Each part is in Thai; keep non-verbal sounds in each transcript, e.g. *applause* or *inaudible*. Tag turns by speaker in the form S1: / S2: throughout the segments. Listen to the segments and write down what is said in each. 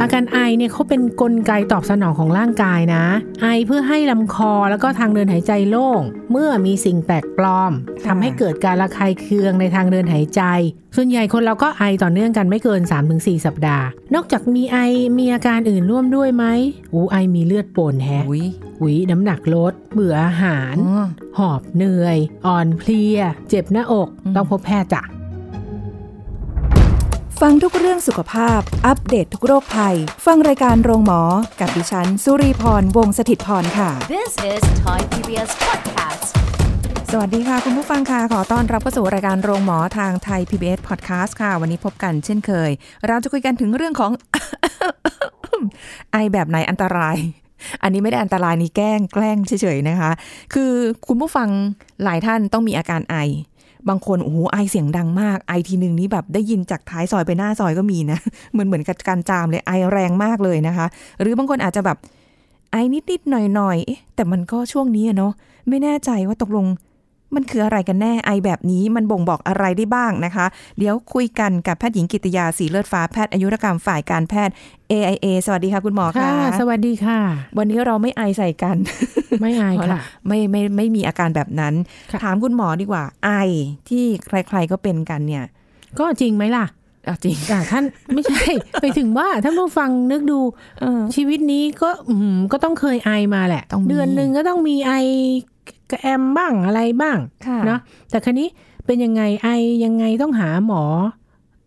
S1: อาการไอเนี่ยเขาเป็นนกลไกตอบสนองของร่างกายนะ ไอเพื่อให้ลำคอแล้วก็ทางเดินหายใจโล่ง เมื่อมีสิ่งแปลกปลอมทำให้เกิดการระคายเคืองในทางเดินหายใจ ส่วนใหญ่คนเราก็ไอต่อเนื่องกันไม่เกิน 3-4 สัปดาห์ นอกจากมีไอมีอาการอื่นร่วมด้วยไหมอูไอมีเลือดปนแฮะ
S2: อุ้ย
S1: หวิน้ำหนักลด เบื่ออาหาร
S2: อืม
S1: หอบเหนื่อย อ่อนเพลีย เจ็บหน้าอก ต้องพบแพทย์จ้ะ
S3: ฟังทุกเรื่องสุขภาพ อัปเดตททุกโรคภัย ฟังรายการโรงหมอ กับดิฉัน สุรีพร วงศิตพรค่ะ
S4: This is Thai PBS podcast.
S3: สวัสดีค่ะ คุณผู้ฟังค่ะ ขอต้อนรับเข้าสู่รายการโรงหมอทางไทย PBS Podcast ค่ะ วันนี้พบกันเช่นเคย เราจะคุยกันถึงเรื่องของ *coughs* ไอแบบไหนอันตราย อันนี้ไม่ได้อันตรายนี่แกล้งแกล้งเฉยๆนะคะ คือคุณผู้ฟังหลายท่านต้องมีอาการไอ บางคนโอ้โหไอเสียงดังมากไอทีหนึ่งนี้แบบได้ยินจากท้ายซอยไปหน้าซอยก็มีนะ *laughs* เหมือนเหมือนกับการจามเลยไอแรงมากเลยนะคะ หรือบางคนอาจจะแบบไอนิดๆหน่อยๆเอ๊ะแต่มันก็ช่วงนี้อะเนาะไม่แน่ใจว่าตกลง มันคืออะไรกันแน่ไอแบบนี้มันบ่งบอกอะไรได้บ้างนะคะ เดี๋ยวคุยกันกับแพทย์หญิงกิตยาสีเลือดฟ้าแพทย์อายุรกรรมฝ่ายการแพทย์ AIA สวัสดีค่ะคุณหมอค่ะ
S1: สวัสดีค่ะ
S3: วันนี้เราไม่ไอใส่กัน
S1: ไม่อาย
S3: เอาล่
S1: ค่ะ
S3: ไม่ไม่ไม่มีอาการแบบนั้น
S1: ค่ะ
S3: ถามคุณหมอดีกว่า ไอที่ใครๆก็เป็นกันเนี่ย
S1: ก็จริงไหมล่ะ
S3: เอาจริง
S1: อ่ะท่านไม่ใช่
S3: *laughs*
S1: ไปถึงว่าท่านผู้ฟังนึกดู
S3: เออ
S1: ชีวิตนี้ก็อืมก็ต้องเคยไอมาแหละ
S3: ต้องมี
S1: เดือนหนึ่งก็ต้องมีไอกระแอมบ้างอะไรบ้าง
S3: ค่ะ
S1: เนาะแต่คราวนี้เป็นยังไงไอยังไงต้องหาหมอ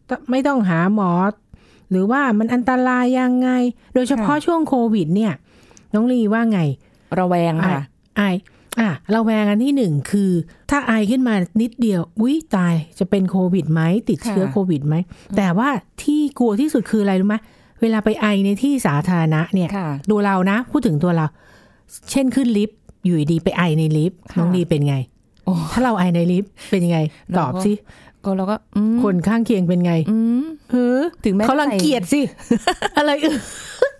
S1: ตไม่ต้องหาหมอ หรือว่ามันอันตรายยังไง โดยเฉพาะช่วงโควิด เนี่ย น้องลีว่าไง
S3: ระแวงค่ะ
S1: ไออ่ะเราแวงอันที่หนึ่งคือ ถ้าไอขึ้นมานิดเดียว อุ้ยตายจะเป็นโควิดไหมติดเชื้อ
S3: ค่ะ
S1: โควิดไหม แต่ว่าที่กลัวที่สุดคืออะไรรู้ไหมเวลาไปไอในที่สาธารณะเนี่ย
S3: ค่ะ
S1: ดูเรานะ พูดถึงตัวเรา เช่นขึ้นลิฟต์อยู่ดีๆไปไอในลิฟต์
S3: ค่ะ
S1: น้องดีเป็นไง
S3: โอ้
S1: ถ้าเราไอในลิฟต์เป็นยังไง
S3: เราก็
S1: ตอบสิ
S3: ก็เราก็อืม
S1: คนข้างเคียงเป็นไง
S3: อืม
S1: เฮ้อ
S3: ถึงแม้
S1: เขารัง
S3: ใส่
S1: เกีย
S3: *laughs*
S1: จสิ อะไรเออ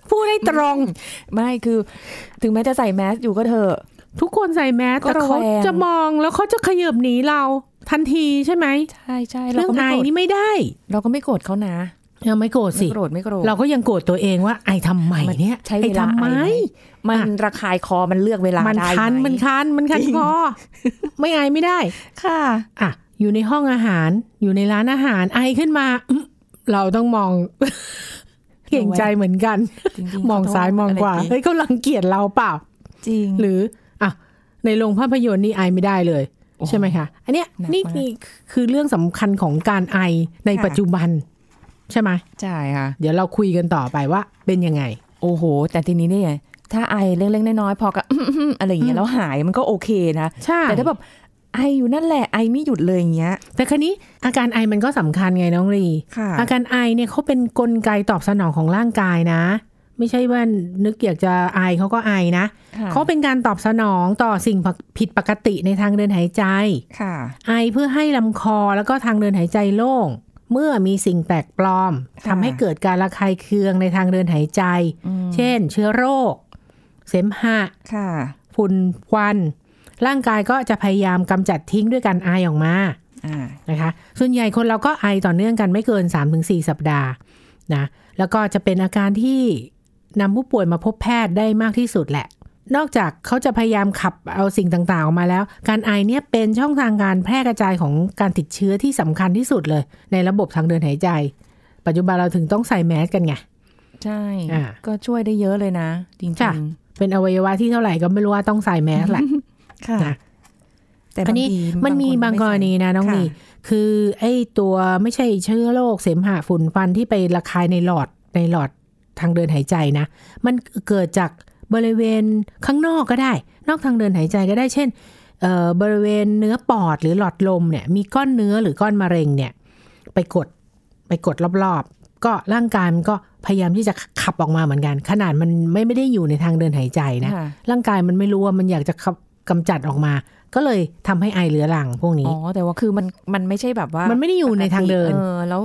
S1: พูดให้ตรง
S3: ไม่คือ ถึงแม้จะใส่แมสอยู่ก็เถอะ
S1: ทุกคนใส่แมส
S3: ก็
S1: แต่เขา
S3: แขวน
S1: จะมองแล้วเขาจะขยับหนีเราทันทีใช่ไหม
S3: ใช่ใช่
S1: เรื่องไอนี่ไม่ได้
S3: เราก็ไม่โกรธเขานะ
S1: ยังไม่โกรธ
S3: ไม่
S1: สิ
S3: โกรธไม่โกรธ
S1: เราก็ยังโกรธตัวเองว่าไอทำไมเนี่ย
S3: ใช้เวลา
S1: ไอทำไม
S3: ไอไหม มัน
S1: อ่ะ
S3: ระคายคอมันเลือกเวลา
S1: มัน
S3: ได้
S1: คัน
S3: ไห
S1: มันคันมันคันคอไม่ไอไม่ได้
S3: ค่ะ
S1: อ่ะ อยู่ในห้องอาหาร อยู่ในร้านอาหารไอขึ้นมาอื้มเราต้องมอง *laughs* เก่งใจเหมือนกัน
S3: จริๆ
S1: มอง
S3: เขต้
S1: ซ้ายมองขวา
S3: ะไร
S1: เฮ้ยเขารังเกียจเราเปล่า
S3: จริง
S1: หรืออ่ะในโรงภาพยนตร์นี่ไอไม่ได้เลย ใช่ไหมคะ อันเนี้ย
S3: หนัก
S1: นี่
S3: มาก
S1: นี่คือเรื่องสำคัญของการไอใน
S3: ค่ะ
S1: ปัจจุบัน ใช่ไหม
S3: ใช่ค่ะ
S1: เดี๋ยวเราคุยกันต่อไปว่าเป็นยังไง
S3: โอ้โห แต่ทีนี้เนี่ย ถ้าไอเล็กๆน้อยๆพอกับ อะไร *coughs* อย่างเงี้ยแล้วหายมันก็โอเคนะ
S1: ใช่
S3: แต่ถ้าแบบไออยู่นั่นแหละไอไม่หยุดเลยอย่างเงี้ย
S1: แต่คราวนี้อาการไอมันก็สำคัญไงน้องรี
S3: ค่ะ
S1: อาการไอเนี่ยเขาเป็นนกลไกตอบสนองของร่างกายนะ ไม่ใช่ว่านึกอยากจะไอเขาก็ไอนะ
S3: ค่ะ
S1: เขาเป็นการตอบสนองต่อสิ่งผิดปกติในทางเดินหายใจ
S3: ค่ะ
S1: ไอเพื่อให้ลำคอแล้วก็ทางเดินหายใจโล่ง เมื่อมีสิ่งแปลกปลอมทำให้เกิดการระคายเคืองในทางเดินหายใจ
S3: อืม
S1: เช่น เชื้อโรค เสมหะ
S3: ค่ะ
S1: ฝุ่นควัน ร่างกายก็จะพยายามกำจัดทิ้งด้วยการไอออกมา
S3: อ่า
S1: นะคะ ส่วนใหญ่คนเราก็ไอต่อเนื่องกันไม่เกิน 3-4 สัปดาห์นะแล้วก็จะเป็นอาการที่นำผู้ป่วยมาพบแพทย์ได้มากที่สุดแหละ นอกจากเขาจะพยายามขับเอาสิ่งต่างๆ ออกมาแล้ว การไอเนี่ยเป็นช่องทางการแพร่กระจายของการติดเชื้อที่สำคัญที่สุดเลย ในระบบทางเดินหายใจ ปัจจุบันเราถึงต้องใส่แมสกันไง
S3: ใช่
S1: อ่า
S3: ก็ช่วยได้เยอะเลยนะ จริง
S1: ค่ะ เป็นอวัยวะที่เท่าไหร่ก็ไม่รู้ว่าต้องใส่แมสแหละ
S3: ๆค่ะ
S1: นะ
S3: แต่
S1: อั
S3: บาน ง
S1: นี้
S3: ที
S1: มันมีบางกรณีนะน้อง
S3: ค่ะ
S1: นีคือไอ้ตัวไม่ใช่เชื้อโรคเสมหะฝุ่นฟันที่ไประคายในหลอดในหลอดทางเดินหายใจนะ มันเกิดจากบริเวณข้างนอกก็ได้ นอกทางเดินหายใจก็ได้เช่นเอ่อบริเวณเนื้อปอดหรือหลอดลมเนี่ยมีก้อนเนื้อหรือก้อนมะเร็งเนี่ยไปกดไปกดรอบๆ ก็ร่างกายมันก็พยายามที่จะขับออกมาเหมือนกัน ขนาดมันไม่ไม่ได้อยู่ในทางเดินหายใจนะ
S3: ค่ะ
S1: ร่างกายมันไม่รู้ว่ามันอยากจะขับกำจัดออกมา ก็เลยทำให้ไอเรื้อรังพวกนี้
S3: อ๋อ แต่ว่าคือมันมันไม่ใช่แบบว่า
S1: มันไม่ได้อยู่ในทางเดิน
S3: เออแล้ว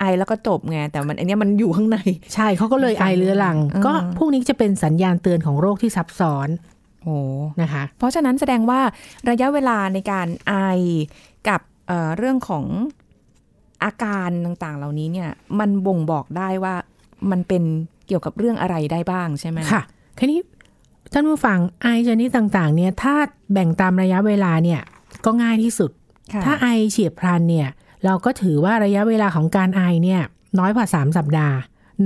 S3: ไอแล้วก็จบไงแต่มันอันเนี้ยมันอยู่ข้างใน
S1: ใช่เขาก็เลยไอเรื้อรัง
S3: เออ
S1: ก็พวกนี้จะเป็นสัญญาณเตือนของโรคที่ซับซ้อน
S3: โอ้
S1: นะคะ
S3: เพราะฉะนั้นแสดงว่าระยะเวลาในการไอกับ เอ่อเรื่องของอาการต่างๆ เหล่านี้เนี่ย มันบ่งบอกได้ว่ามันเป็นเกี่ยวกับเรื่องอะไรได้บ้างใช่ไหม
S1: ค่ะทีนี้ท่านผู้ฟังไอชนิดต่างๆ เนี่ย ถ้าแบ่งตามระยะเวลาเนี่ย ก็ง่ายที่สุด
S3: ค่ะ
S1: ถ้าไอเฉียบพลันเนี่ย เราก็ถือว่าระยะเวลาของการไอเนี่ย น้อยกว่า 3 สัปดาห์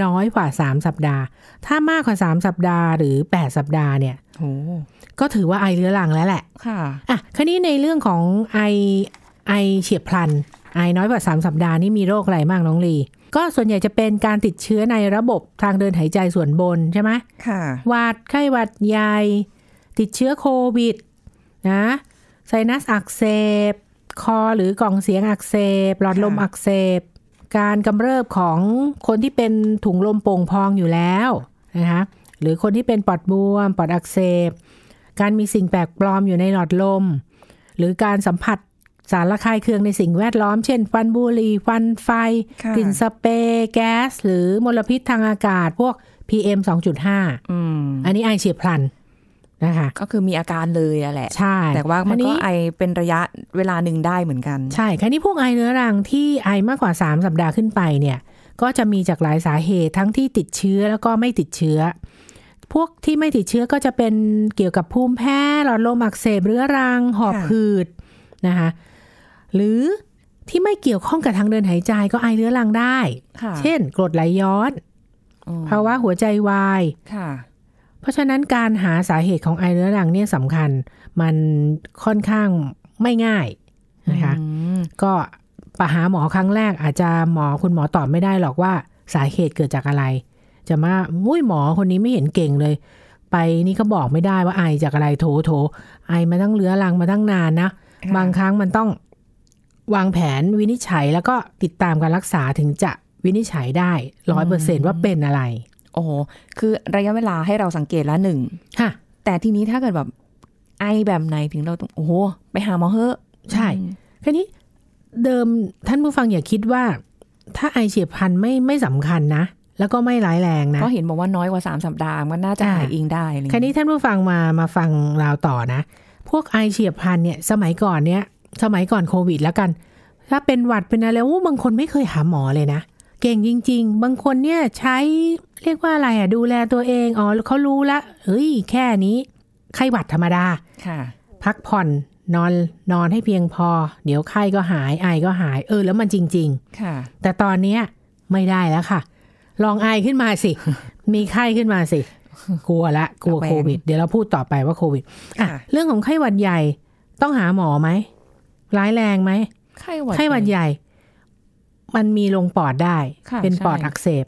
S1: น้อยกว่า 3 สัปดาห์ ถ้ามากกว่า 3 สัปดาห์หรือ 8 สัปดาห์เนี่ย
S3: โห
S1: ก็ถือว่าไอเรื้อรังแล้วแหละ
S3: ค่ะ
S1: อ่ะคันนี้ในเรื่องของไอไอเฉียบพลัน ไอน้อยกว่า 3 สัปดาห์นี่มีโรคอะไรบ้างน้องลี ก็ส่วนใหญ่จะเป็นการติดเชื้อในระบบทางเดินหายใจส่วนบนใช่ไหม
S3: ค่ะ
S1: หวัดไข้หวัดใหญ่ติดเชื้อโควิดนะไซนัสอักเสบ คอหรือกล่องเสียงอักเสบ หลอดลม
S3: ค่ะ
S1: อักเสบ การกำเริบของคนที่เป็นถุงลมโป่งพองอยู่แล้วนะคะหรือคนที่เป็นปอดบวม ปอดอักเสบ การมีสิ่งแปลกปลอมอยู่ในหลอดลม หรือการสัมผัสสารละคายเคืองในสิ่งแวดล้อม เช่นฟันบุหรี่ฟันไฟ
S3: ค่ะ
S1: กลิ่นสเปรย์แก๊ส หรือมลพิษทางอากาศพวก PM 2.5
S3: อืม
S1: อันนี้ไอเฉียบพลันนะคะ
S3: ก็คือมีอาการเลยอะแหละ
S1: ใช่
S3: แต่ว่ามัน
S1: อั
S3: ก็ไอเป็นระยะเวลาหนึ่งได้เหมือนกัน
S1: ใช่คันนี้พวกไอเรื้อรังที่ไอมากกว่า 3 สัปดาห์ขึ้นไปเนี่ย ก็จะมีจากหลายสาเหตุทั้งที่ติดเชื้อแล้วก็ไม่ติดเชื้อ พวกที่ไม่ติดเชื้อก็จะเป็นเกี่ยวกับภูมิแพ้หลอดลมอักเสบเรื้อรัง หอบ
S3: ค่ะ
S1: หืดนะคะหรือที่ไม่เกี่ยวข้องกับทางเดินหายใจก็ไอเรื้อรังได้
S3: ค่ะ
S1: เช่น กรดไหลย้อน
S3: อ๋อ
S1: ภาวะหัวใจวาย
S3: ค่ะ
S1: เพราะฉะนั้นการหาสาเหตุของไอเรื้อรังเนี่ยสำคัญ มันค่อนข้างไม่ง่ายนะคะ
S3: อืม
S1: ก็ไปหาหมอครั้งแรกอาจจะหมอคุณหมอตอบไม่ได้หรอกว่าสาเหตุเกิดจากอะไร จะมาอุ้ยหมอคนนี้ไม่เห็นเก่งเลย ไปนี่ก็บอกไม่ได้ว่าไอจากอะไรโถโถไอมาตั้งเรื้อรังมาตั้งนานนะ
S3: ค่ะ
S1: บางครั้งมันต้องวางแผนวินิจฉัยแล้วก็ติดตามการรักษาถึงจะวินิจฉัยได้ร้อยเปอร์เซนว่าเป็นอะไร
S3: โอ้โหคือระยะเวลาให้เราสังเกตละหนึ่ง
S1: ค่ะ
S3: แต่ทีนี้ถ้าเกิดแบบไอแบบไหนถึงเราต้องโอ้โห ไปหาหมอเฮอะ
S1: ใช่
S3: อืม
S1: แค่นี้เดิมท่านผู้ฟังอย่าคิดว่า ถ้าไอเฉียบพลันไม่ไม่สำคัญนะ แล้วก็ไม่ร้ายแรงนะ
S3: เพราะเห็นบอกว่าน้อยกว่าสามสัปดาห์มันน่าจะ
S1: อ่า
S3: หายเองได้อะไรอย่าง
S1: แค่
S3: เงี้ย
S1: นี้ท่านผู้ฟังมามาฟังเราต่อนะ พวกไอเฉียบพลันเนี่ยสมัยก่อนเนี่ยสมัยก่อนโควิดแล้วกัน ถ้าเป็นหวัดเป็นอะไรโอ้บางคนไม่เคยหาหมอเลยนะ เก่งจริง ๆ บางคนเนี่ยใช้เรียกว่าอะไรอะดูแลตัวเองอ๋อเขารู้ละเฮ้ยแค่นี้ไข้หวัดธรรมดา
S3: ค่ะ
S1: พักผ่อนนอนนอนให้เพียงพอ เดี๋ยวไข้ก็หายไอก็หายเออแล้วมันจริง ๆ
S3: ค่ะ
S1: แต่ตอนเนี้ยไม่ได้แล้วค่ะ ลองไอขึ้นมา
S3: *laughs*
S1: สิ มีไข้ขึ้นมาสิ กลัวละกลัว
S3: ระแวง
S1: โควิด เดี๋ยวเราพูดต่อไปว่าโควิดอ่ะ
S3: ค่ะ
S1: เรื่องของไข้หวัดใหญ่ต้องหาหมอไหม ร้ายแรงไหม
S3: ไข้หวัด
S1: ไข้หวัดใหญ่ มันมีลงปอดได้
S3: ค่ะ
S1: เป็น
S3: ใช่
S1: ปอดอักเสบ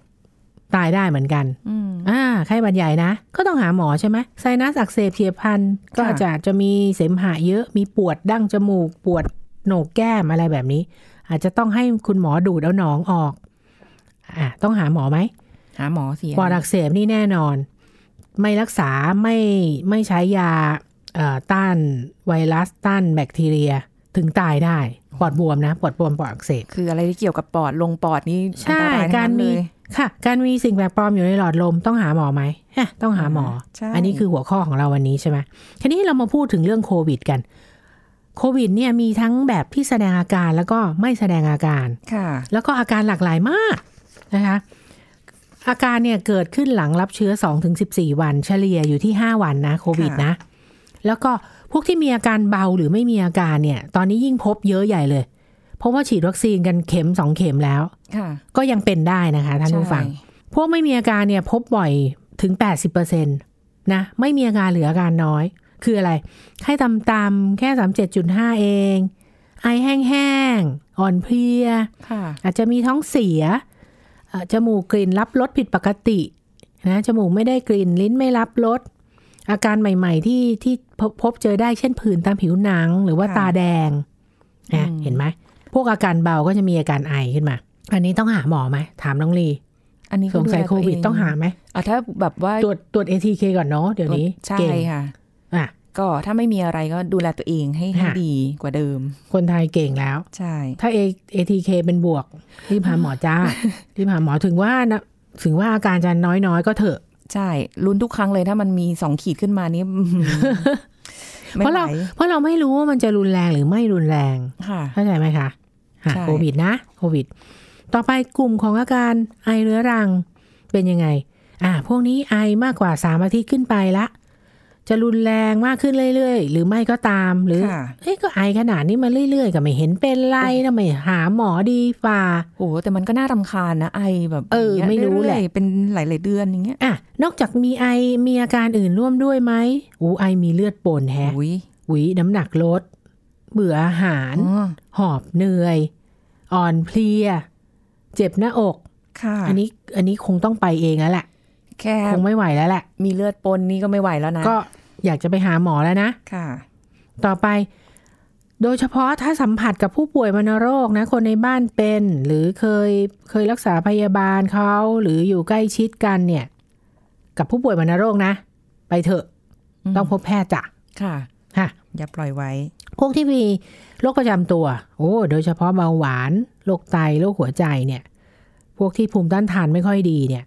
S1: ตายได้เหมือนกัน
S3: อืม
S1: อ่าไข้หวัดใหญ่นะ ก็ต้องหาหมอใช่ไหมไซนัสอักเสบเฉียบพลันก็
S3: ค่ะ
S1: อาจจะจะมีเสมหะเยอะมีปวดดั้งจมูก ปวดโหนกแก้มอะไรแบบนี้ อาจจะต้องให้คุณหมอดูดเอาหนองออกอ่าต้องหาหมอไหม
S3: หาหมอเสีย
S1: ปอดอักเสบนี่แน่นอน ไม่รักษาไม่ไม่ใช้ยาเอ่อต้านไวรัสต้านแบคทีเรีย ถึงตายได้ ปอดบวมนะ ปอดบวมปอดอักเสบ
S3: คืออะไรที่เกี่ยวกับปอดลงปอดนี่
S1: ใช่
S3: อันตยทั้ง
S1: การ
S3: นั้น
S1: มี
S3: เลย
S1: ค่ะ การมีสิ่งแปลกปลอมอยู่ในหลอดลมต้องหาหมอไหมฮะต้องหาหมอ
S3: ใช่
S1: อันี้คือหัวข้อของเราวันนี้ใช่ไหมทีนี้เรามาพูดถึงเรื่องโควิดกัน โควิดเนี่ยมีทั้งแบบที่แสดงอาการแล้วก็ไม่แสดงอาการ
S3: ค่ะ
S1: แล้วก็อาการหลากหลายมากนะคะ อาการเนี่ยเกิดขึ้นหลังรับเชื้อ 2-14 วัน เฉลี่ยอยู่ที่ 5 วันนะโควิด
S3: ค่ะ
S1: นะ แล้วก็พวกที่มีอาการเบาหรือไม่มีอาการเนี่ย ตอนนี้ยิ่งพบเยอะใหญ่เลย เพราะว่าฉีดวัคซีนกันเข็ม 2 เข็มแล้ว
S3: ค่ะ
S1: ก็ยังเป็นได้นะคะท่านผู้ฟัง
S3: ใช่
S1: พวกไม่มีอาการเนี่ยพบบ่อยถึง 80%นะไม่มีอาการเหลืออาการน้อย คืออะไร ไข้ต่ำๆแค่ 37.5 เอง ไอแห้งๆอ่อนเพลีย
S3: ค่ะ
S1: อาจจะมีท้องเสียเอ่อจมูกกลิ่นรับรสผิดปกตินะจมูกไม่ได้กลิ่นลิ้นไม่รับรสอาการใหม่ ๆ ที่ที่พบพบเจอได้เช่นผื่นตามผิวหนัง หรือว่าตาแดงนะเห็นไหมพวกอาการเบาก็จะมีอาการไอขึ้นมา อันนี้ต้องหาหมอไหมถามน้องลี
S3: อันนี้ก็
S1: สงสัย
S3: ดูแล
S1: โควิด
S3: เ
S1: ต้องหาไหม
S3: อ่ะถ้าแบบว่า
S1: ตรวจตรวจ ATK ก่อนเนาะเดี๋ยวนี้
S3: ใช่
S1: เก่ง
S3: ค่ะ
S1: อ่ะ
S3: ก็ถ้าไม่มีอะไรก็ดูแลตัวเองให้ให้
S1: ค่ะ
S3: ดีกว่าเดิม
S1: คนไทยเก่งแล้ว
S3: ใช่
S1: ถ้า A- ATK เป็นบวกรีบหาหมอ
S3: *laughs*
S1: จ้า รีบหาหมอถึงว่านะถึงว่าอาการจะน้อยๆก็เถอะ
S3: ใช่ลุ้นทุกครั้งเลยถ้ามันมีสองขีดขึ้นมานี่ *laughs* ไม่
S1: เพราะ
S3: ไหว
S1: เราเพราะเราไม่รู้ว่ามันจะรุนแรงหรือไม่รุนแรง
S3: ค่ะ
S1: เข้าใจไหมคะอ่ะ
S3: ใช่
S1: โควิดนะโควิด ต่อไปกลุ่มของอาการไอเรื้อรังเป็นยังไง อ่ะพวกนี้ไอมากกว่าสามอาทิตย์ขึ้นไปละ จะรุนแรงมากขึ้นเรื่อยๆ หรือไม่ก็ตามหรือ
S3: ค่ะ
S1: เอ้ยก็ไอขนาดนี้มาเรื่อยๆ ก็ไม่เห็นเป็นไรทำไมหาหมอดีฝ่า
S3: โอ้โหแต่มันก็น่ารำคาญนะไอแบบ
S1: เออ
S3: อย่าง
S1: ไม่
S3: งี้ย
S1: รู้แหละ
S3: เอยๆเป็นหลายๆเดือนอย่างเงี้ย
S1: อ่ะนอกจากมีไอมีอาการอื่นร่วมด้วยไหมอูไอมีเลือดปนแฮะ
S3: อุ้ย
S1: หวีน้ำหนักลด เบื่ออาหาร
S3: อ๋อ
S1: หอบเหนื่อย อ่อนเพลีย เจ็บหน้าอก
S3: ค่ะ
S1: อันนี้อันนี้คงต้องไปเองแล้วแหละ
S3: แค่
S1: คงไม่ไหวแล้วแหละ
S3: มีเลือดปนนี่ก็ไม่ไหวแล้วนะ
S1: ก็อยากจะไปหาหมอแล้วนะ
S3: ค่ะ
S1: ต่อไป โดยเฉพาะถ้าสัมผัสกับผู้ป่วยวัณโรคนะ คนในบ้านเป็น หรือเคยเคยรักษาพยาบาลเขาหรืออยู่ใกล้ชิดกันเนี่ย กับผู้ป่วยวัณโรคนะ ไปเถอะ
S3: อืม
S1: ต้องพบแพทย์จ้ะ
S3: ค่ะ
S1: ฮะ
S3: อย่าปล่อยไว้
S1: พวกที่มีโรคประจำตัว โอ้โดยเฉพาะเบาหวานโรคไตโรคหัวใจเนี่ย พวกที่ภูมิต้านทานไม่ค่อยดีเนี่ย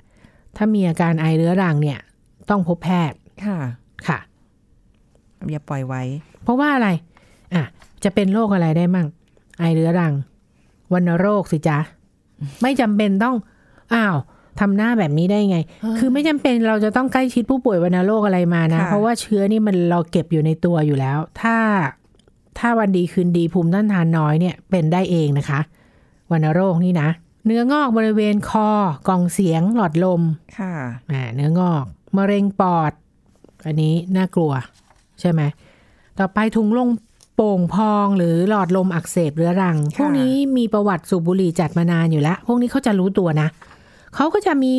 S1: ถ้ามีอาการไอเรื้อรังเนี่ย ต้องพบแพทย์
S3: ค่ะ
S1: ค่ะ
S3: อย่าปล่อยไว้
S1: เพราะว่าอะไร อ่ะ จะเป็นโรคอะไรได้มั่ง ไอเรื้อรัง วัณโรคสิจ๊ะ ไม่จำเป็นต้อง อ้าว ทำหน้าแบบนี้ได้ไง คือไม่จำเป็นเราจะต้องใกล้ชิดผู้ป่วยวัณโรคอะไรมานะ
S3: ค่ะ
S1: เพราะว่าเชื้อนี่มันเราเก็บอยู่ในตัวอยู่แล้ว ถ้า ถ้าวันดีคืนดีภูมิต้านทานน้อยเนี่ย เป็นได้เองนะคะ วัณโรคนี่นะ เนื้องอกบริเวณคอ กล่องเสียง หลอดลม
S3: ค่ะ
S1: อ่าเนื้องอกมะเร็งปอด อันนี้น่ากลัว ใช่ไหม ต่อไปถุงลมโป่งพองหรือหลอดลมอักเสบเรื้อรัง พวกนี้มีประวัติสูบบุหรี่จัดมานานอยู่แล้ว พวกนี้เขาจะรู้ตัวนะ เขาก็จะมี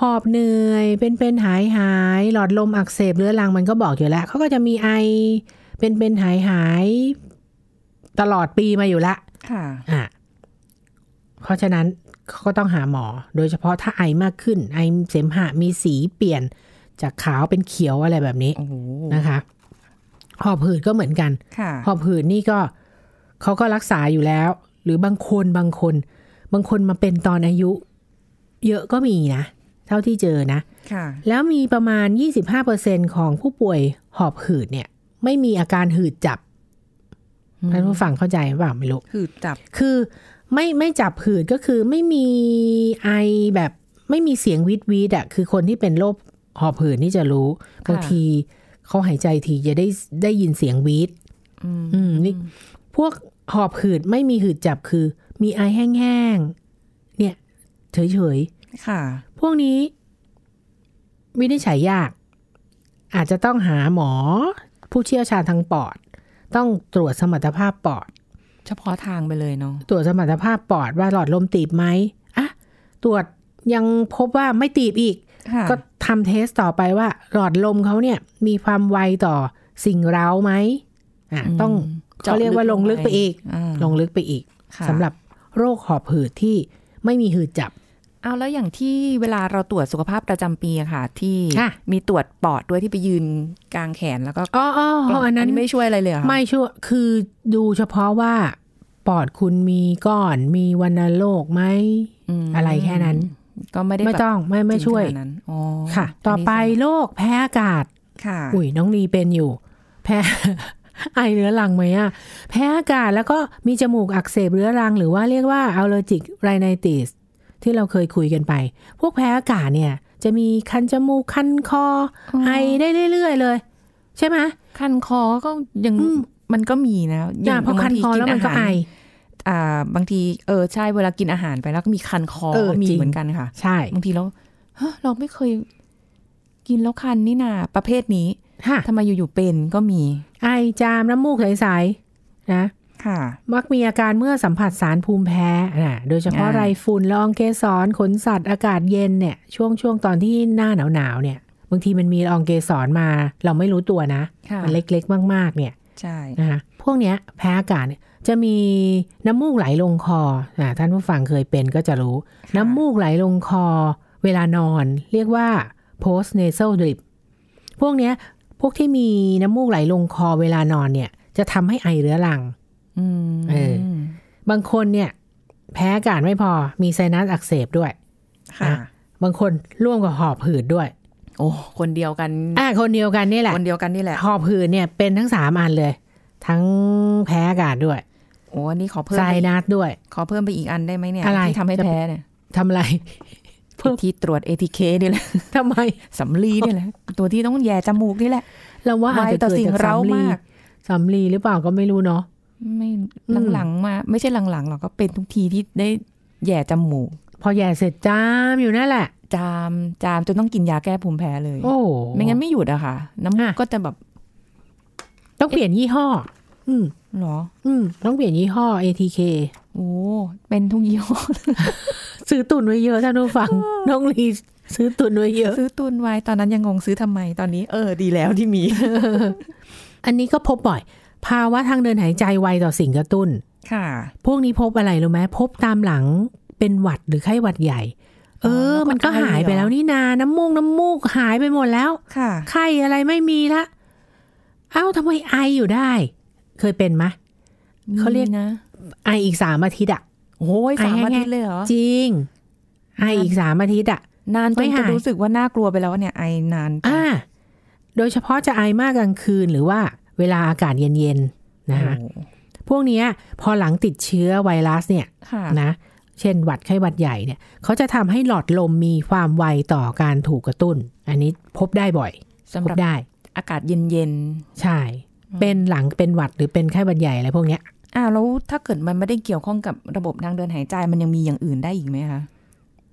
S1: หอบเหนื่อย เป็นเป็นหายหายหลอดลมอักเสบเรื้อรังมันก็บอกอยู่แล้ว เขาก็จะมีไอ เป็นเป็นหายหายตลอดปีมาอยู่แล้ว
S3: ค่ะ
S1: อ่ะเพราะฉะนั้นเขาก็ต้องหาหมอ โดยเฉพาะถ้าไอมากขึ้น ไอเสมหะมีสีเปลี่ยนจากขาวเป็นเขียวอะไรแบบนี้
S3: โอ้โห
S1: นะคะหอบหืดก็เหมือนกัน
S3: ค่ะ
S1: หอบหืดนี่ก็เขาก็รักษาอยู่แล้ว หรือบางคนบางคน บางคนมาเป็นตอนอายุ เยอะก็มีนะเท่าที่เจอนะ
S3: ค่ะ
S1: แล้วมีประมาณ 25%ของผู้ป่วยหอบหืดเนี่ย ไม่มีอาการหืดจับ
S3: อืม
S1: ท่านผู้ฟังเข้าใจหรือเปล่าไม่รู้
S3: คือจับ
S1: คือไม่ไม่จับหืดก็คือไม่มีไอแบบไม่มีเสียงวิดวิดอะคือคนที่เป็นโรคหอบหืดนี่จะรู้
S3: ค่ะ
S1: บางทีเขาหายใจทีจะได้ได้ยินเสียงวีด
S3: อืม
S1: อืมนี่พวกหอบหืดไม่มีหืดจับคือ มีไอแห้งๆเนี่ยเฉย
S3: ค่ะ
S1: ๆพวกนี้วินิจฉัยยาก อาจจะต้องหาหมอ ผู้เชี่ยวชาญทางปอด ต้องตรวจสมรรถภาพปอด
S3: เฉพาะทางไปเลยเนาะ
S1: ตรวจสมรรถภาพปอดว่าหลอดลมตีบไหมอ่ะตรวจยังพบว่าไม่ตีบอีก
S3: ค่ะ
S1: ก็ทำเทสต่อไปว่า หลอดลมเขาเนี่ย มีความไวต่อสิ่งเร้าไหมอ่ะ
S3: อืม
S1: ต้องเขาเรียกว่าลงลึกไปอีก
S3: อ่า
S1: ลงลึกไปอีก
S3: ค่ะ
S1: สำหรับโรคหอบหืดที่ไม่มีหืดจับ
S3: เอาแล้วอย่างที่เวลาเราตรวจสุขภาพประจำปีอะค่ะ ที่
S1: ค่ะ
S3: มีตรวจปอดด้วยที่ไปยืนกลางแขนแล้วก็
S1: อ๋ออ๋
S3: กล่ง
S1: ออันนั้น
S3: ไม่ช่วยอะไรเลยเหรอคะ
S1: ไม่ช่วยคือดูเฉพาะว่าปอดคุณมีก้อนมีวัณโรคไหม
S3: ม
S1: อะไรแค่นั้น
S3: ก็ไม่ได้
S1: ไม่
S3: แบบ
S1: ต้องไม่ไม่
S3: ถึง
S1: ช่วย
S3: ขนาดนั้นอ๋อ
S1: ค่ะ ต่อไปโรคแพ้อากาศ
S3: ค่ะ
S1: อุ้ยน้องลีเป็นอยู่ แพ้ *laughs* ไอเรื้อรังไหมอะแพ้อากาศแล้วก็มีจมูกอักเสบเรื้อรัง หรือว่าเรียกว่าอัลเลอร์จิกไรไนติสที่เราเคยคุยกันไป พวกแพ้อากาศเนี่ย จะมีคันจมูกคันคออ
S3: อ
S1: ไอได้เรื่อย ๆ เลย ใช่ไหม
S3: คันคอก็ยัง
S1: อืม
S3: มันก็มีนะ
S1: อ่ะพอคันคอแล้วมันก็ไอ
S3: อ่า บางทีเออใช่เวลากินอาหารไปแล้วก็มีคันคอ
S1: เออ
S3: ก็มี
S1: จริง
S3: เหมือนกันค่ะ
S1: ใช่
S3: บางทีเราเฮ้อเราไม่เคยกินแล้วคันนี่นาประเภทนี้
S1: ฮะ
S3: ทำไมอยู่ๆเป็นก็มี
S1: ไอจามน้ำมูกใสๆนะ
S3: ค่ะ
S1: มักมีอาการเมื่อสัมผัสสารภูมิแพ้นะโดยเฉพาะ
S3: อ่า
S1: ไรฝุ่นละอองเกสรขนสัตว์อากาศเย็นเนี่ย ช่วงช่วงตอนที่หน้าหนาวหนาวๆเนี่ย บางทีมันมีละอองเกสรมา เราไม่รู้ตัวนะ
S3: ค่ะ
S1: มันเล็กๆ มากๆ เนี่ย
S3: ใช่
S1: นะคะพวกเนี้ยแพ้อากาศเนี่ยจะมีน้ำมูกไหลลงคออ่าท่านผู้ฟังเคยเป็นก็จะรู้ น้ำมูกไหลลงคอ เวลานอน เรียกว่า post nasal drip พวกเนี้ยพวกที่มีน้ำมูกไหลลงคอเวลานอนเนี่ย จะทำให้ไอเรื้อรัง
S3: อืม
S1: เออ บางคนเนี่ย แพ้อากาศไม่พอมีไซนัสอักเสบด้วย
S3: ค่ะ
S1: อ่ะ บางคนร่วมกับหอบหืดด้วย
S3: โอ้คนเดียวกัน
S1: อ่ะคนเดียวกันนี่แหละ
S3: คนเดียวกันนี่แหละ
S1: หอบหืดเนี่ยเป็นทั้งสามอันเลย ทั้งแพ้อากาศด้วย
S3: โอ้อันนี่ขอเพิ่ม
S1: ไซ
S3: ไปอีก
S1: นัสด้วย
S3: ขอเพิ่มไปอีกอันได้ไหมเนี่ย
S1: อะไร
S3: ที่ทำให้
S1: จะ
S3: แพ้เนี่ย
S1: ทำ
S3: *laughs*
S1: อะไร เพิ่ม
S3: ที่ตรวจเอทีเคนี่ยแหละ
S1: ทำไม
S3: สำลีเนี่ยแหละตัวที่ต้องแย่จมูกนี่แหละ
S1: เราว่าอาจจะ
S3: ไว้ต่อ
S1: เกิด
S3: สิ่ง
S1: จาก
S3: เร้า
S1: สำลี
S3: มาก
S1: สำลีหรือเปล่าก็ไม่รู้เนาะ
S3: ไม่
S1: อืม
S3: หลังๆมา ไม่ใช่หลังๆหรอกก็เป็นทุกทีที่ได้แย่จมูก
S1: พอแย่เสร็จจามอยู่นั่นแหละ
S3: จามจามจนต้องกินยาแก้ภูมิแพ้เลย
S1: โอ้โห
S3: ไม่งั้นไม่หยุดอะค่ะ น้ำมูก
S1: อ่ะ
S3: ก็จะแบบ
S1: ต้องเปลี่ยนยี่ห้อ อืม
S3: หรอ
S1: อืม ต้องเปลี่ยนยี่ห้อ ATK
S3: โอ้เป็นทุกยี่ห้อ
S1: ซื้อตุนไว้เยอะท่านผู้
S3: *laughs*
S1: ฟัง น้องลีซื้อตุนไว้เยอะ
S3: ซื้อตุนไว้ตอนนั้นยังงงซื้อทำไมตอนนี้เออดีแล้วที่มี
S1: อันนี้ก็พบบ่อย ภาวะทางเดินหายใจไวต่อสิ่งกระตุ้น
S3: ค่ะ
S1: พวกนี้พบอะไรรู้ไหมพบตามหลังเป็นหวัดหรือไข้หวัดใหญ่ เออ
S3: แล้วก็
S1: มันก็
S3: ไอ
S1: หายไป
S3: เหรอ
S1: แล้วนี่นา น้ำมูกน้ำมูกหายไปหมดแล้ว
S3: ค่ะ
S1: ไข้อะไรไม่มีละ เอ้าทำไมไออยู่ได้ เคยเป็นไหม เขาเรียก
S3: มีนะ
S1: ไออีกสามอาทิตย์อะ
S3: โอ้ยสาม
S1: ไอแห้งๆ
S3: อาทิตย์เลยเหรอ
S1: จริง ไออีกสามอาทิตย์อะ
S3: นานจ
S1: ไม่
S3: น
S1: หา
S3: จะ
S1: ย
S3: รู้สึกว่าน่ากลัวไปแล้วเนี่ยไอนานไป
S1: อ่า โดยเฉพาะจะไอมากกลางคืนหรือว่าเวลาอากาศเย็นๆนะคะ
S3: โอ้
S1: พวกเนี้ยพอหลังติดเชื้อไวรัสเนี่ย
S3: ค่ะ
S1: นะ เช่นหวัดไข้หวัดใหญ่เนี่ย เขาจะทำให้หลอดลมมีความไวต่อการถูกกระตุ้น อันนี้พบได้บ่อย
S3: สำ
S1: พ
S3: หรั
S1: บบ ได้
S3: อากาศเย็น
S1: ใช่ เป็นหลังเป็นหวัดหรือเป็นไข้หวัดใหญ่อะไรพวกเนี้ย
S3: ๆอ้าวแล้วถ้าเกิดมันไม่ได้เกี่ยวข้องกับระบบทางเดินหายใจมันยังมีอย่างอื่นได้อีกไหมคะ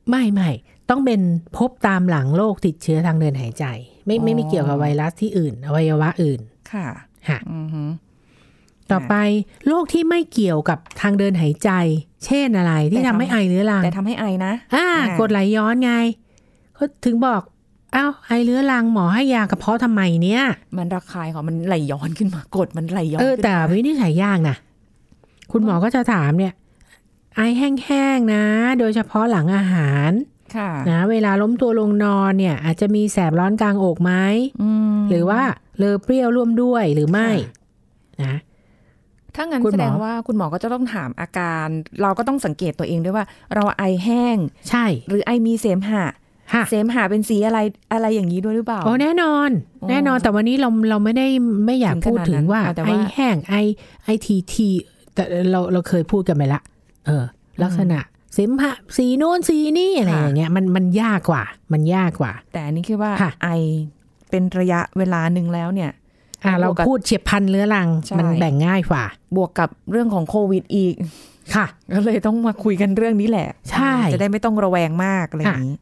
S1: ไม่ไม่ต้องเป็นพบตามหลังโรคติดเชื้อทางเดินหายใจ ไม่ไม่
S3: อ๋อ
S1: ไม่เกี่ยวกับไวรัสที่อื่น อวัยวะอื่น
S3: ค่ะ
S1: ค่ะ
S3: อือหือ
S1: ต่อไปโรคที่ไม่เกี่ยวกับทางเดินหายใจ เช่นอะไรที่
S3: แต่
S1: ทำ
S3: ทำ
S1: ให้ไอเรื้อรัง
S3: แต่ทำให้ไอนะ
S1: อ่า
S3: อ่าก ก
S1: ดไหลย้อนไงก็ถึงบอกเอ้าไอเรื้อรังหมอให้ยากระเพาะทำไมเนี่ย
S3: มันระคายของมันไหลย้อนขึ้นมากดมันไหลย้อน
S1: เออ
S3: ขึ้น
S1: แต่วินิจฉัยยากนะคุณหมอก็จะถามเนี่ย ไอแห้งๆนะ โดยเฉพาะหลังอาหาร
S3: ค่ะ
S1: นะเวลาล้มตัวลงนอนเนี่ย อาจจะมีแสบร้อนกลางอกไหม
S3: อืม
S1: หรือว่าเลอเปรี้ยวร่วมด้วยหรือไม่
S3: ค่
S1: นะ
S3: ถ้างั้น
S1: คุณหมอ
S3: แสดงว่าคุณหมอก็จะต้องถามอาการ เราก็ต้องสังเกตตัวเองด้วยว่า เราไอแห้ง
S1: ใช่
S3: หรือไอมีเสมหะ
S1: ค่ะ
S3: เสมหะเป็นสีอะไรอะไรอย่างนี้ด้วยหรือเปล่า
S1: โอ้แน่นอน
S3: โอ้
S1: แน่นอนแต่วันนี้เราเราไม่ได้ไม่อยาก
S3: ถึ
S1: พู
S3: ง
S1: ด
S3: ขนาด
S1: ถึง
S3: นั้น
S1: ว่า
S3: เอาแต่
S1: ไอ
S3: ว่า
S1: แห้งไอไอทีทีแต่เราเราเคยพูดกันไปละ เออ ลักษณะเสมหะสีโน้นสีนี่อะไรอย่างเงี้ยมันมันยากกว่า มันยากกว่า
S3: แต่อันนี้คิดว่า
S1: ค่ะ
S3: ไอเป็นระยะเวลาหนึ่งแล้วเนี่ย
S1: อ่ะเรา
S3: บวกกับ
S1: พูดเฉียบพลันเรื้อรัง
S3: ใช่
S1: มันแบ่งง่ายกว่า
S3: บวกกับเรื่องของโควิดอีก *laughs*
S1: ค่ะ
S3: ก็เลยต้องมาคุยกันเรื่องนี้แหละ
S1: ใช่
S3: จะได้ไม่ต้องระแวงมากอะไรอย่างนี้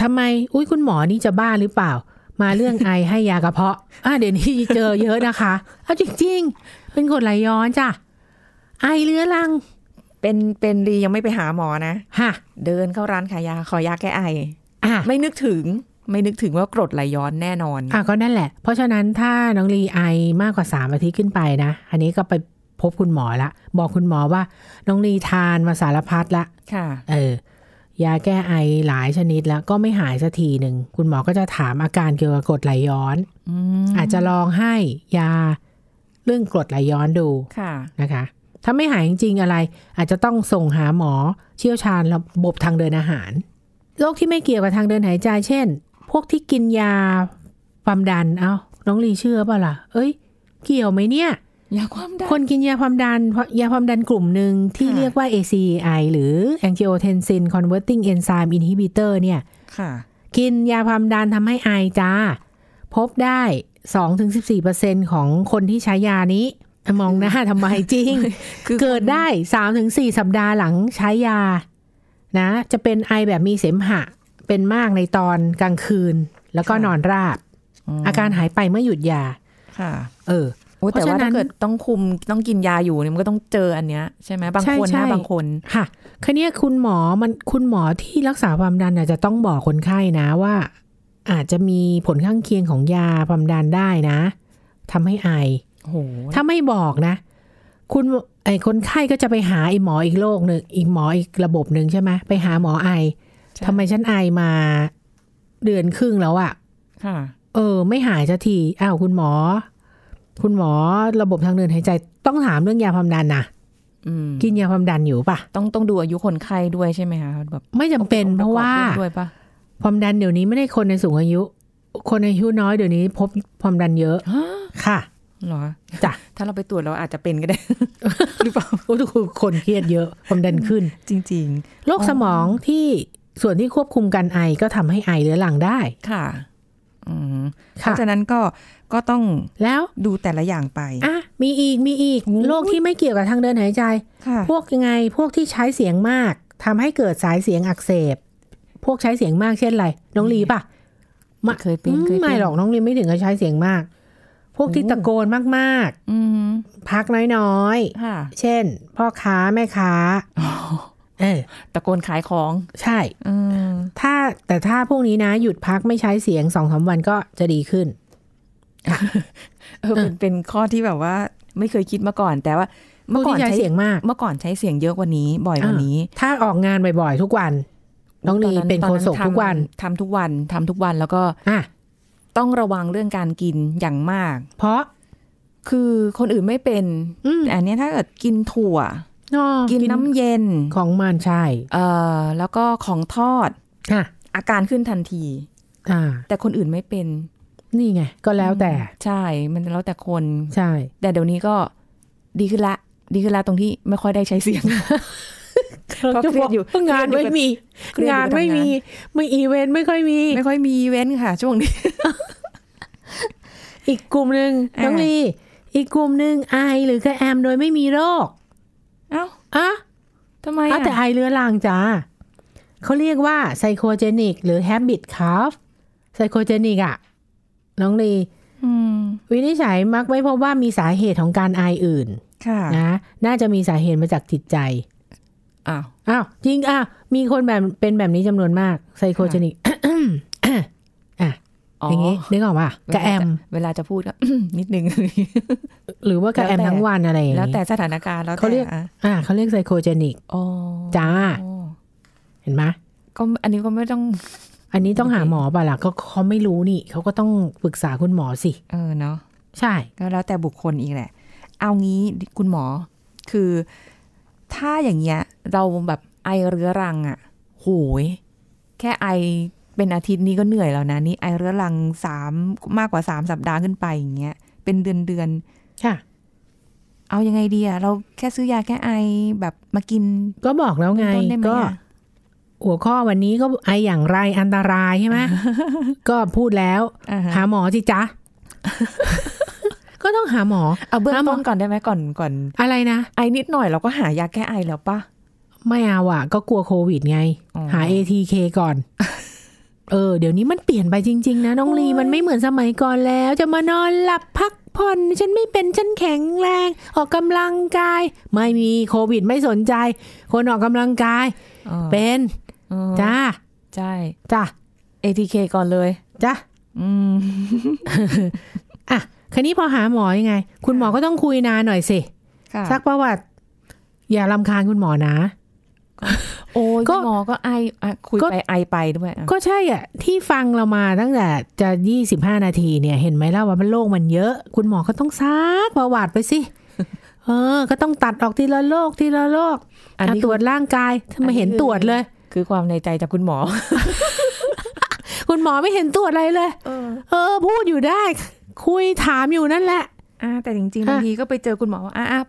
S1: ทำไมอุ้ยคุณหมอนี่จะบ้าหรือเปล่า มาเรื่องไอ *laughs* ให้ยากระเพาะอ่ะเดี๋ยวนี้เจอเยอะนะคะเอาจริงๆ เป็นกรดไหลย้อนจ้ะไอเรื้อรัง
S3: เป็นเป็นรียังไม่ไปหาหมอนะ
S1: ฮะ
S3: เดินเข้าร้านขายยาขอยาแก้ไอ
S1: อ่ะ
S3: ไม่นึกถึงไม่นึกถึงว่ากรดไหลย้อนแน่นอน
S1: อ่ะก็นั่นแหละ เพราะฉะนั้นถ้าน้องลีไอมากกว่าสามอาทิตย์ขึ้นไปนะ อันนี้ก็ไปพบคุณหมอละ บอกคุณหมอว่า น้องลีทานมาสารพัดละ
S3: ค่ะ
S1: เออยาแก้ไอหลายชนิดแล้วก็ไม่หายสักทีหนึ่งคุณหมอก็จะถามอาการเกี่ยวกับกรดไหลย้อน
S3: อืม
S1: อาจจะลองให้ยาเรื่องกรดไหลย้อนดู
S3: ค่ะ
S1: นะคะ ถ้าไม่หายจริงๆอะไร อาจจะต้องส่งหาหมอเชี่ยวชาญระบบทางเดินอาหาร โรคที่ไม่เกี่ยวกับทางเดินหายใจ เช่น พวกที่กินยาความดัน เอ้า น้องลีเชื่อเปล่าล่ะ เอ้ย เกี่ยวไหมเนี่ย
S3: ยาความดัน
S1: คนกินยาความดันเพราะยาความดันกลุ่มหนึ่งที่
S3: ค่ะ
S1: เรียกว่า ACEI หรือ Angiotensin Converting Enzyme Inhibitor เนี่ย
S3: ค่ะ
S1: กินยาความดันทำให้ไอจ้า พบได้ 2-14%ของคนที่ใช้ยานี้ มองหน้าทำไมจริง
S3: *laughs* คือ
S1: เกิดได้ 3-4 สัปดาห์หลังใช้ยา นะ จะเป็นไอแบบมีเสมหะ เป็นมากในตอนกลางคืน แล้วก็
S3: ค่ะ
S1: นอนราบ อาการหายไปเมื่อหยุดยา
S3: ค่ะ
S1: เออ
S3: โอ้
S1: เพราะ
S3: แต่ว่า
S1: ฉะนั้น
S3: ถ้าเกิดต้องคุมต้องกินยาอยู่เนี่ยมันก็ต้องเจออันเนี้ยใช่ไหมบาง
S1: ใช่
S3: คน
S1: ใช่
S3: นะบางคน
S1: ค่ะคันนี้ยคุณหมอมันคุณหมอที่รักษาความดันอาจจะต้องบอกคนไข้นะว่า อาจจะมีผลข้างเคียงของยาความดันได้นะทำให้ไอ
S3: โอ้โห
S1: ถ้าไม่บอกนะ คุณไอคนไข้ก็จะไปหาไอหมออีกโรคหนึ่งอีกหมออีกระบบหนึ่งใช่ไหมไปหาหมอไอทำไมฉันไอมาเดือนครึ่งแล้วอะ
S3: ค่ะ
S1: เออ ไม่หายสักทีอ้าวคุณหมอ คุณหมอระบบทางเดินหายใจ ต้องถามเรื่องยาความดันนะ
S3: อืม
S1: กินยาความดันอยู่ปะ
S3: ต้องต้องดูอายุคนไข้ด้วยใช่ไหมคะแบบ
S1: ไม่จำเป็น
S3: องค์
S1: เพ
S3: ปกอบ
S1: ราะว่า
S3: ด้วยปะ
S1: ความดันเดี๋ยวนี้ไม่ได้คนในสูงอายุ คนอายุน้อยเดี๋ยวนี้พบความดันเยอะ
S3: ฮะ
S1: ค่ะ
S3: เหรอ
S1: จ้ะ
S3: ถ้าเราไปตรวจเราอาจจะเป็นก็ได้ *laughs* หรือเปล่า
S1: โอ้ทุกคนคนเครียดเยอะความดันขึ้น
S3: จริง
S1: โรค
S3: อ๋อ
S1: สมองที่ส่วนที่ควบคุมการไอก็ทำให้ไอเรื้อรังได้
S3: ๆ ค่ะอืมเพ
S1: ค่ะ
S3: ราะฉะนั้นก็ก็ต้อง
S1: แล้ว
S3: ดูแต่ละอย่างไป
S1: อ่ะมีอีกมีอีก
S3: โอ้ย
S1: โรคที่ไม่เกี่ยวกับทางเดินหายใจ
S3: ค่ะ
S1: พวกยังไงพวกที่ใช้เสียงมากทำให้เกิดสายเสียงอักเสบ พวกใช้เสียงมากเช่นอะไรน้องลีป่ะ มา
S3: เคยเป็นเคย
S1: อื
S3: เป็
S1: ม
S3: น
S1: ไม่หรอกน้องลีไม่ถึงกับใช้เสียงมาก พวกที่
S3: โอ้
S1: ตะโกนมาก
S3: อืม
S1: ๆ พักน้อย
S3: ค่ะ
S1: ๆ เช่น พ่อค้าแม่ค้าเออ
S3: ตะโกนขายของ
S1: ใช่
S3: อืม
S1: ถ้าแต่ถ้าพวกนี้นะ หยุดพักไม่ใช้เสียงสองสามวันก็จะดีขึ้น
S3: เออเป็นเป็นข้อที่แบบว่า ไม่เคยคิดมาก่อน แต่ว่า
S1: พ
S3: เมื่
S1: ว
S3: อก ก่อน
S1: ที่ใช้
S3: ใช้
S1: เสียงมาก
S3: เมื่อก่อนใช้เสียงเยอะกว่านี้ บ่อยกว่านี้
S1: ถ้าออกงานบ่อยๆ ทุกวัน น้องลีเป็นโคศกทุกวัน
S3: ทำทุกวันทำทุกวันแล้วก็
S1: อ่ะ
S3: ต้องระวังเรื่องการกินอย่างมาก
S1: เพราะ
S3: คือคนอื่นไม่เป็น
S1: อืม
S3: แต่อันเนี้ยถ้าเกิดกินถั่ว
S1: อ๋อ
S3: กินน้ำเย็น
S1: ของมันใช่
S3: เอ่อแล้วก็ของทอด
S1: อ่ะ
S3: อาการขึ้นทันที
S1: อ่า
S3: แต่คนอื่นไม่เป็น
S1: นี่ไง ก็แล้วแต่
S3: ใช่มันแล้วแต่คน
S1: ใช่
S3: แต่เดี๋ยวนี้ก็ดีขึ้นละ ดีขึ้นละตรงที่ไม่ค่อยได้ใช้เสียง เพราะเครียดอยู่
S1: เพราะงานไม่มี
S3: เครียดอยู่
S1: งานไม่
S3: กับทำงาน
S1: มี ไม่อีเวน *laughs* ต์ไม่ค่อยมี
S3: ไม่ค่อยมีเว้นค่ะ ช่วงนี้
S1: อีกกลุ่มหนึ่ง
S3: อ่า
S1: น้องลีอีกกลุ่มหนึ่งไอหรือกระแอมโดยไม่มีโรค
S3: เอ้า
S1: อ่ะ
S3: ทำไม
S1: อ่ะ
S3: อ่ะ
S1: แต่ไอเรื้อรังจ้าเขาเรียกว่าไซโคเจนิกหรือ habit cough ไซโคเจนิกอ่ะ น้องลี
S3: อืม
S1: วินิจฉัยมักไม่พบว่ามีสาเหตุของการไออื่น
S3: ค่ะ
S1: นะน่าจะมีสาเหตุมาจากจิตใจ
S3: อ้าว
S1: อ้าวจริงอ่ะมีคนแบบเป็นแบบนี้จำนวนมากไซโคเจนิก
S3: อ๋อ
S1: อย่างนี้นึกออกป่ะกระแอม
S3: เวลาจะพูดก็ *coughs* นิดนึง
S1: หรือว่ากระแอม
S3: แล้วแต่
S1: ทั้งวันอะไรอย่าง
S3: แล้วแต่
S1: นี้
S3: สถานการณ์แล้วแต่
S1: เขาเรียก
S3: อ่ะ
S1: อ่าเขาเรียกไซโคเจนิก
S3: อ๋อ
S1: จ้า
S3: อ๋อ
S1: เห็นไหม
S3: ก็อันนี้ก็ไม่ต้อง
S1: อันนี้ต้องหา
S3: โอเค
S1: หมอป่ะล่ะเขาเขาไม่รู้นี่เขาก็ต้องปรึกษาคุณหมอสิ
S3: เออเนาะ
S1: ใช่
S3: ก็แล้วแต่บุคคลอีกแหละ เอางี้คุณหมอ คือถ้าอย่างเงี้ย เราแบบไอเรื้อรังอะ่ะโหย แค่ไอเป็นอาทิตย์นี้ก็เหนื่อยแล้วนะ นี่ไอเรื้อรังสามมากกว่าสามสัปดาห์ขึ้นไปอย่างเงี้ย เป็นเดือนเดือน
S1: ค่ะ
S3: ๆเอายังไงดีอะเราแค่ซื้อยาแก้ไอแบบมากิน
S1: ก็บอกแล้วไง
S3: ต้นได้ไหม
S1: ก็
S3: อะ
S1: หัวข้อวันนี้ก็ไออย่างไรอันตรายใช่
S3: *laughs*
S1: ไหม ก็พูดแล้ว
S3: อ่าฮะ
S1: หาหมอสิจ๊ะ
S3: *laughs*
S1: ก็ต้องหาหมอ
S3: เอาเบื้อง
S1: หาหมอ
S3: ต้นก่อนได้ไหมก่อนก่อน
S1: อะไรนะ
S3: ไอนิดหน่อยเราก็หายาแก้ไอแล้วปะ
S1: ไม่เอาอ่ะ ก็กลัวโควิดไง
S3: อ๋อ
S1: หา ATK ก่อน
S3: *laughs*
S1: เออ เดี๋ยวนี้มันเปลี่ยนไปจริง ๆ นะ น้องลี
S3: โอ้ย
S1: มันไม่เหมือนสมัยก่อนแล้ว จะมานอนหลับพักผ่อนฉันไม่เป็นฉันแข็งแรง ออกกำลังกาย ไม่มีโควิดไม่สนใจ คนออกกำลังกาย
S3: อ๋อ
S1: เป็น
S3: อ๋อ
S1: จ้า
S3: ใช่
S1: จ้า
S3: ATK ก่อนเลย
S1: จ้า
S3: อืม
S1: อ่ะคันนี้พอหาหมอยังไง คุณหมอก็ต้องคุยนานหน่อยสิ
S3: ค่ะ
S1: ซักประวัติ อย่ารำคาญคุณหมอนะ
S3: โอ้ย
S1: ก็
S3: ก็หมอก็ไออ่ะคุย
S1: ก็
S3: ไปไอไปด้วยอ่ะ
S1: ก็ใช่อ่ะ ที่ฟังเรามาตั้งแต่จะ 25 นาทีเนี่ย เห็นไหมล่ะว่ามันโรคมันเยอะ คุณหมอก็ต้องซักประวัติไป *laughs* สิ เออ ก็ต้องตัดออกทีละโรคทีละโรค
S3: อัน
S1: อ่ะ
S3: นี้
S1: ตรวจร่างกายทำไมเห็นตรวจเลย
S3: คือความในใจจากคุณหมอ
S1: คุณหมอไม่เห็นตรวจอะไรเลย
S3: เออ
S1: เออ พูดอยู่ได้ คุยถามอยู่นั่นแหละ
S3: อ่ะแต่จริงๆบางทีก็ไปเจอคุณหมอว่าอ่ะอ่ะ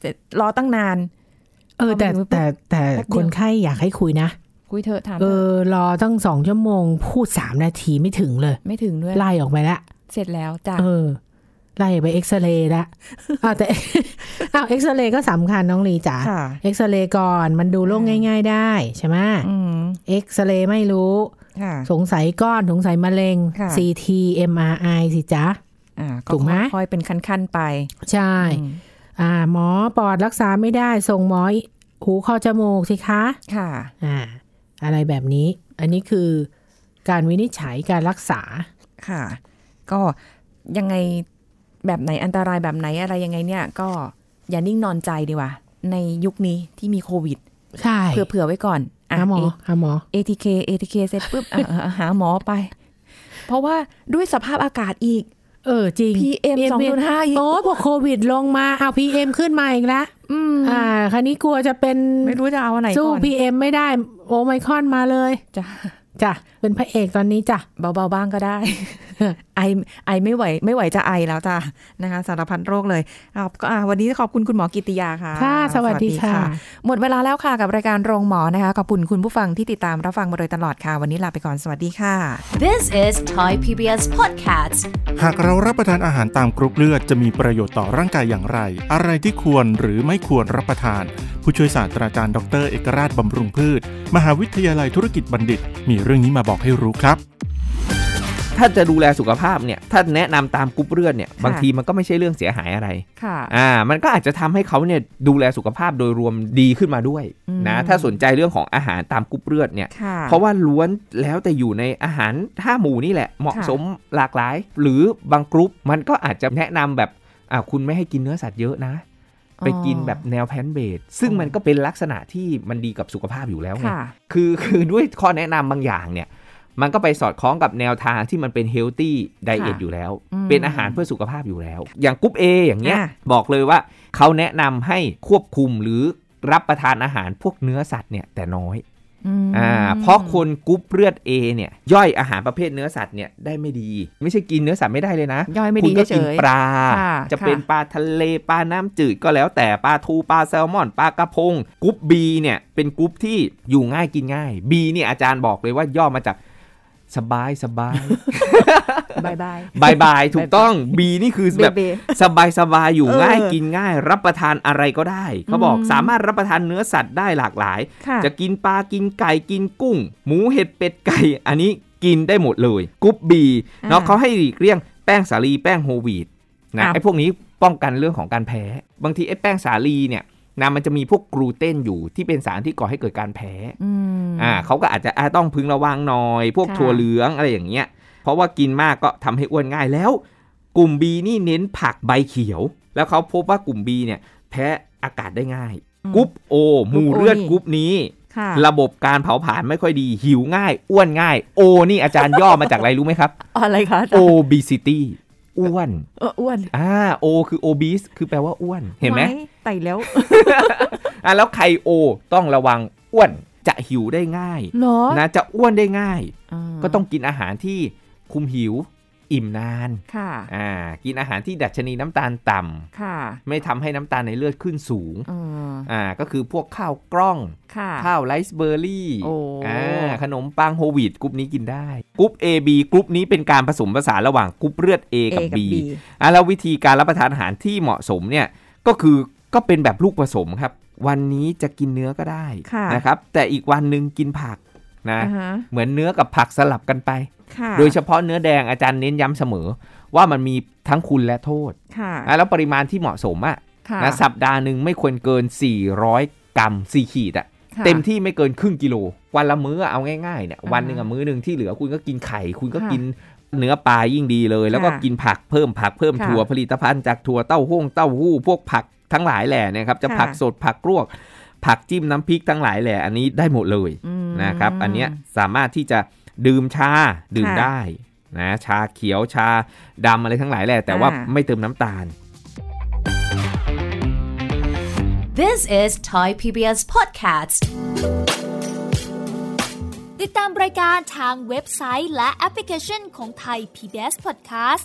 S3: แต่รอตั้งนาน
S1: เออ แต่แต่แต่
S3: แป๊บเดียว
S1: คนไข้อยากให้คุยนะ
S3: คุยเถอะถาม
S1: เอ
S3: เถอะ
S1: อ รอตั้งสองชั่วโมง พูดสามนาทีไม่ถึงเลย
S3: ไม่ถึงด้วย
S1: ไล่ออกไปละ
S3: เสร็จแล้วจ้ะ
S1: เออไล่ไปเอ็กซเรย์ละอ้าวแต่ *laughs* อ้าวเอ็กซเรย์ก็สำคัญน้องลีจ๋า
S3: ค่ะ
S1: เอ็กซเรย์ก่อนมันดูโรค
S3: อืม
S1: ง่าย ๆ ได้ใช่ไหม
S3: อืม
S1: เอ็กซเรย์ไม่รู้
S3: ค่ะ
S1: สงสัยก้อน สงสัยมะเร็ง
S3: ค่ะ
S1: CT MRI สิจ๊ะ
S3: อ่ะก็
S1: ถูกไหม
S3: ค่อยๆเป็นขั้นๆไป
S1: ใช่
S3: อืม
S1: อ่า หมอปอดรักษาไม่ได้ ส่งหมอหูคอจมูกสิคะ
S3: ค่ะ
S1: อ่า อะไรแบบนี้ อันนี้คือการวินิจฉัยการรักษา
S3: ค่ะ ก็ยังไงแบบไหนอันตรายแบบไหนอะไรยังไงเนี่ย ก็อย่านิ่งนอนใจดีกว่า ในยุคนี้ที่มีโควิด
S1: ใช่
S3: เผื่อๆไว้ก่อนอ่ะ
S1: หาหมอหาหมอ
S3: ATK ATK เสร็จปุ๊บอ่ะอ่ะอ่ะหาหมอไป เพราะว่าด้วยสภาพอากาศอีก
S1: เออจริง
S3: PM 2.5อีก
S1: โอ้พอโควิดลงมาเอาพีเอ็มขึ้นมาอีกแล้ว
S3: อืม
S1: อ่า คราวนี้กลัวจะเป็น
S3: ไม่รู้จะเอาอันไหน
S1: สู้
S3: ก่อน
S1: พีเอ็มไม่ได้ โอไมครอนมาเลย
S3: จ้ะ
S1: จ้ะเป็นพระเอกตอนนี้จ้ะ
S3: เบาๆบ้างก็ได้ *laughs* ไอไอไม่ไหวไม่ไหวจะไอแล้วจ้ะนะคะสารพัดโรคเลยเอาก็อ่ะวันนี้ขอบคุณคุณหมอกิติยาค่ะ
S1: ค่ะสวัสดีค่ะ
S3: หมดเวลาแล้วค่ะกับรายการโรงหมอนะคะขอบคุณคุณผู้ฟังที่ติดตามรับฟังมาโดยตลอดค่ะ วันนี้ลาไปก่อนสวัสดีค่ะ
S4: This is Thai PBS Podcast.
S2: หากเรารับประทานอาหารตามกรุ๊ปเลือดจะมีประโยชน์ต่อร่างกายอย่างไร อะไรที่ควรหรือไม่ควรรับประทาน ผู้ช่วยศาสตราจารย์ดอกเตอรเอกราชบำรุงพืช มหาวิทยาลัยธุรกิจบัณฑิต มีเรื่องนี้มาบอกให้รู้ครับ
S5: ถ้าจะดูแลสุขภาพเนี่ย ถ้าแนะนำตามกรุ๊ปเลือดเนี่ย
S3: ค่ะ
S5: บางทีมันก็ไม่ใช่เรื่องเสียหายอะไร
S3: ค่ะ
S5: อ่า มันก็อาจจะทำให้เขาเนี่ยดูแลสุขภาพโดยรวมดีขึ้นมาด้วยนะ
S3: อืม
S5: ถ้าสนใจเรื่องของอาหารตามกรุ๊ปเลือดเนี่ย
S3: ค่ะ
S5: เพราะว่าล้วนแล้วแต่อยู่ในอาหารห้าหมู่นี่แหละ เหมาะ
S3: ค่ะ
S5: สมหลากหลาย หรือบางกรุ๊ปมันก็อาจจะแนะนำแบบ อ่าคุณไม่ให้กินเนื้อสัตว์เยอะนะ ไปกินแบบแนวแพลนต์เบดซึ่งมันก็เป็นลักษณะที่มันดีกับสุขภาพอยู่แล้วไง
S3: ค่ะ
S5: คือ *laughs* คือด้วยข้อแนะนำบางอย่างเนี่ย มันก็ไปสอดคล้องกับแนวทางที่มันเป็นเฮลตี้ไดเอท
S3: ค่ะ
S5: อยู่แล้ว
S3: อืม
S5: เป็นอาหารเพื่อสุขภาพอยู่แล้ว อย่างกรุ๊ป A อย่างเงี้ย
S3: อ่ะ
S5: บอกเลยว่าเขาแนะนำให้ควบคุมหรือรับประทานอาหารพวกเนื้อสัตว์เนี่ยแต่น้อย
S3: ม
S5: อ่าเพราะคนกรุ๊ปเลือด A เนี่ยย่อยอาหารประเภทเนื้อสัตว์เนี่ยได้ไม่ดี ไม่ใช่กินเนื้อสัตว์ไม่ได้เลยนะ
S3: ย่อยไม่
S5: คุ
S3: ดี
S5: ณก็
S3: เฉ
S5: กิน
S3: ย
S5: ปลา
S3: ค่ะ
S5: จะเป็น
S3: ค่ะ
S5: ปลาทะเลปลาน้ำจืดก็แล้วแต่ปลาทูปลาแซลมอนปลากระพงกรุ๊ปบีเนี่ยเป็นกรุ๊ปที่อยู่ง่ายกินง่ายบีเนี่ยอาจารย์บอกเลยว่าย่อมาจากสบายสบาย
S3: ๆบายบาย
S5: บายบายถูกต้องบีนี่คือแบบ
S3: *laughs* เบเบ
S5: สบายสบายอยู่
S3: เออ
S5: ง่ายกินง่าย รับประทานอะไรก็ได้เขาบอก
S3: อืม
S5: สามารถรับประทานเนื้อสัตว์ได้หลากหลาย
S3: ค่ะ
S5: จะกินปลากินไก่กินกุ้ง หมูเห็ดเป็ดไก่ อันนี้กินได้หมดเลยกรุ๊ปบี
S3: อ่า
S5: เนาะเขาให้หลีกเลี่ยงแป้งสาลีแป้งโฮลวีต
S3: ค
S5: นะ
S3: รับ
S5: ไอ้พวกนี้ป้องกันเรื่องของการแพ้ บางทีไอ้แป้งสาลีเนี่ยนะมันจะมีพวกกลูเตนอยู่ที่เป็นสารที่ก่อให้เกิดการแพ้
S3: อืม
S5: อ่าเขาก็อาจจะอ่าต้องพึงระวังหน่อย พวก
S3: ค่ะ
S5: ถั่วเหลืองอะไรอย่างเงี้ยเพราะว่ากินมากก็ทำให้อ้วนง่ายแล้ว กลุ่ม B นี่เน้นผักใบเขียว แล้วเขาพบว่ากลุ่ม B เนี่ยแพ้อากาศได้ง่ายกรุ๊ป O หมู่เลือดกรุ๊ปนี้
S3: ค่ะ
S5: ระบบการเผาผลาญไม่ค่อยดี หิวง่าย อ้วนง่าย โอนี่อาจารย์ย่อมาจากอะไรรู้ไหม *laughs* ครับ
S3: อะไรคะอาจารย์
S5: obesity อ้วน
S3: เอออ้วน
S5: อ่า O คือ obese คือแปลว่าอ้วน เห็นไหม
S3: ไต่
S5: *laughs*
S3: แล้ว
S5: อ่ะแล้วใคร O ต้องระวังอ้วนจะหิวได้ง่าย
S3: เหรอ
S5: นะจะอ้วนได้ง่าย
S3: า
S5: ก็ต้องกินอาหารที่คุมหิว อิ่มนาน
S3: ค่ะ
S5: อ่ากินอาหารที่ดัชนีน้ำตาลต่ำ
S3: ค่ะ
S5: ไม่ทำให้น้ำตาลในเลือดขึ้นสูง
S3: อืม
S5: อ่าก็คือพวกข้าวกล้อง
S3: ค่ะ
S5: ข้าวไรซ์เบอร์รี่
S3: โอ้
S5: อ่าขนมปังโฮลวีตกรุ๊ปนี้กินได้ กรุ๊ป A B กรุ๊ปนี้เป็นการผสมผสานระหว่างกรุ๊ปเลือด A กับ B อ่ะแล้ววิธีการรับประทานอาหารที่เหมาะสมเนี่ย ก็คือก็เป็นแบบลูกผสมครับ วันนี้จะกินเนื้อก็ได้
S3: ค่ะ
S5: นะครับ แต่อีกวันหนึ่งกินผักนะ
S3: อ่าฮะ
S5: เหมือนเนื้อกับผักสลับกันไป
S3: ค่ะ
S5: โดยเฉพาะเนื้อแดงอาจารย์เน้นย้ำเสมอ ว่ามันมีทั้งคุณและโทษ
S3: ค่ะ
S5: อ่ะแล้วปริมาณที่เหมาะสมอะ
S3: ค่ะ
S5: นะสัปดาห์หนึ่งไม่ควรเกิน 400 กรัม4ขีดอะ
S3: ค่ะ
S5: เต็มที่ไม่เกินครึ่งกิโล วันละมื้ออะเอาง่ายๆเนี่ย
S3: อ่าฮะ
S5: วันหนึ่งอะมื้อหนึ่งที่เหลือคุณก็กินไข่ คุณก็
S3: ค่ะ
S5: กินเนื้อปลายิ่งดีเลย แล้วก็
S3: ค่ะ
S5: กินผักเพิ่มผักเพิ่ม
S3: ค่ะ
S5: ถั่วผลิตภัณฑ์จากถั่วเต้าหู้เต้าหู้พวกผักทั้งหลายแหล่เนะครับจะ
S3: ค่ะ
S5: ผักสดผักลวก ผักจิ้มน้ำพริกทั้งหลายแหล่อันนี้ได้หมดเลย
S3: อืม
S5: นะครับ อันเนี้ยสามารถที่จะดื่มชาดื่ม
S3: ค่ะ
S5: ได้นะชาเขียวชาดำอะไรทั้งหลายแหล่แต่ว่า
S3: อ่า
S5: ไม่เติมน้ำตาล
S4: This is Thai PBS Podcast.
S6: ติดตามรายการทางเว็บไซต์และแอปพลิเคชันของไทย PBS Podcast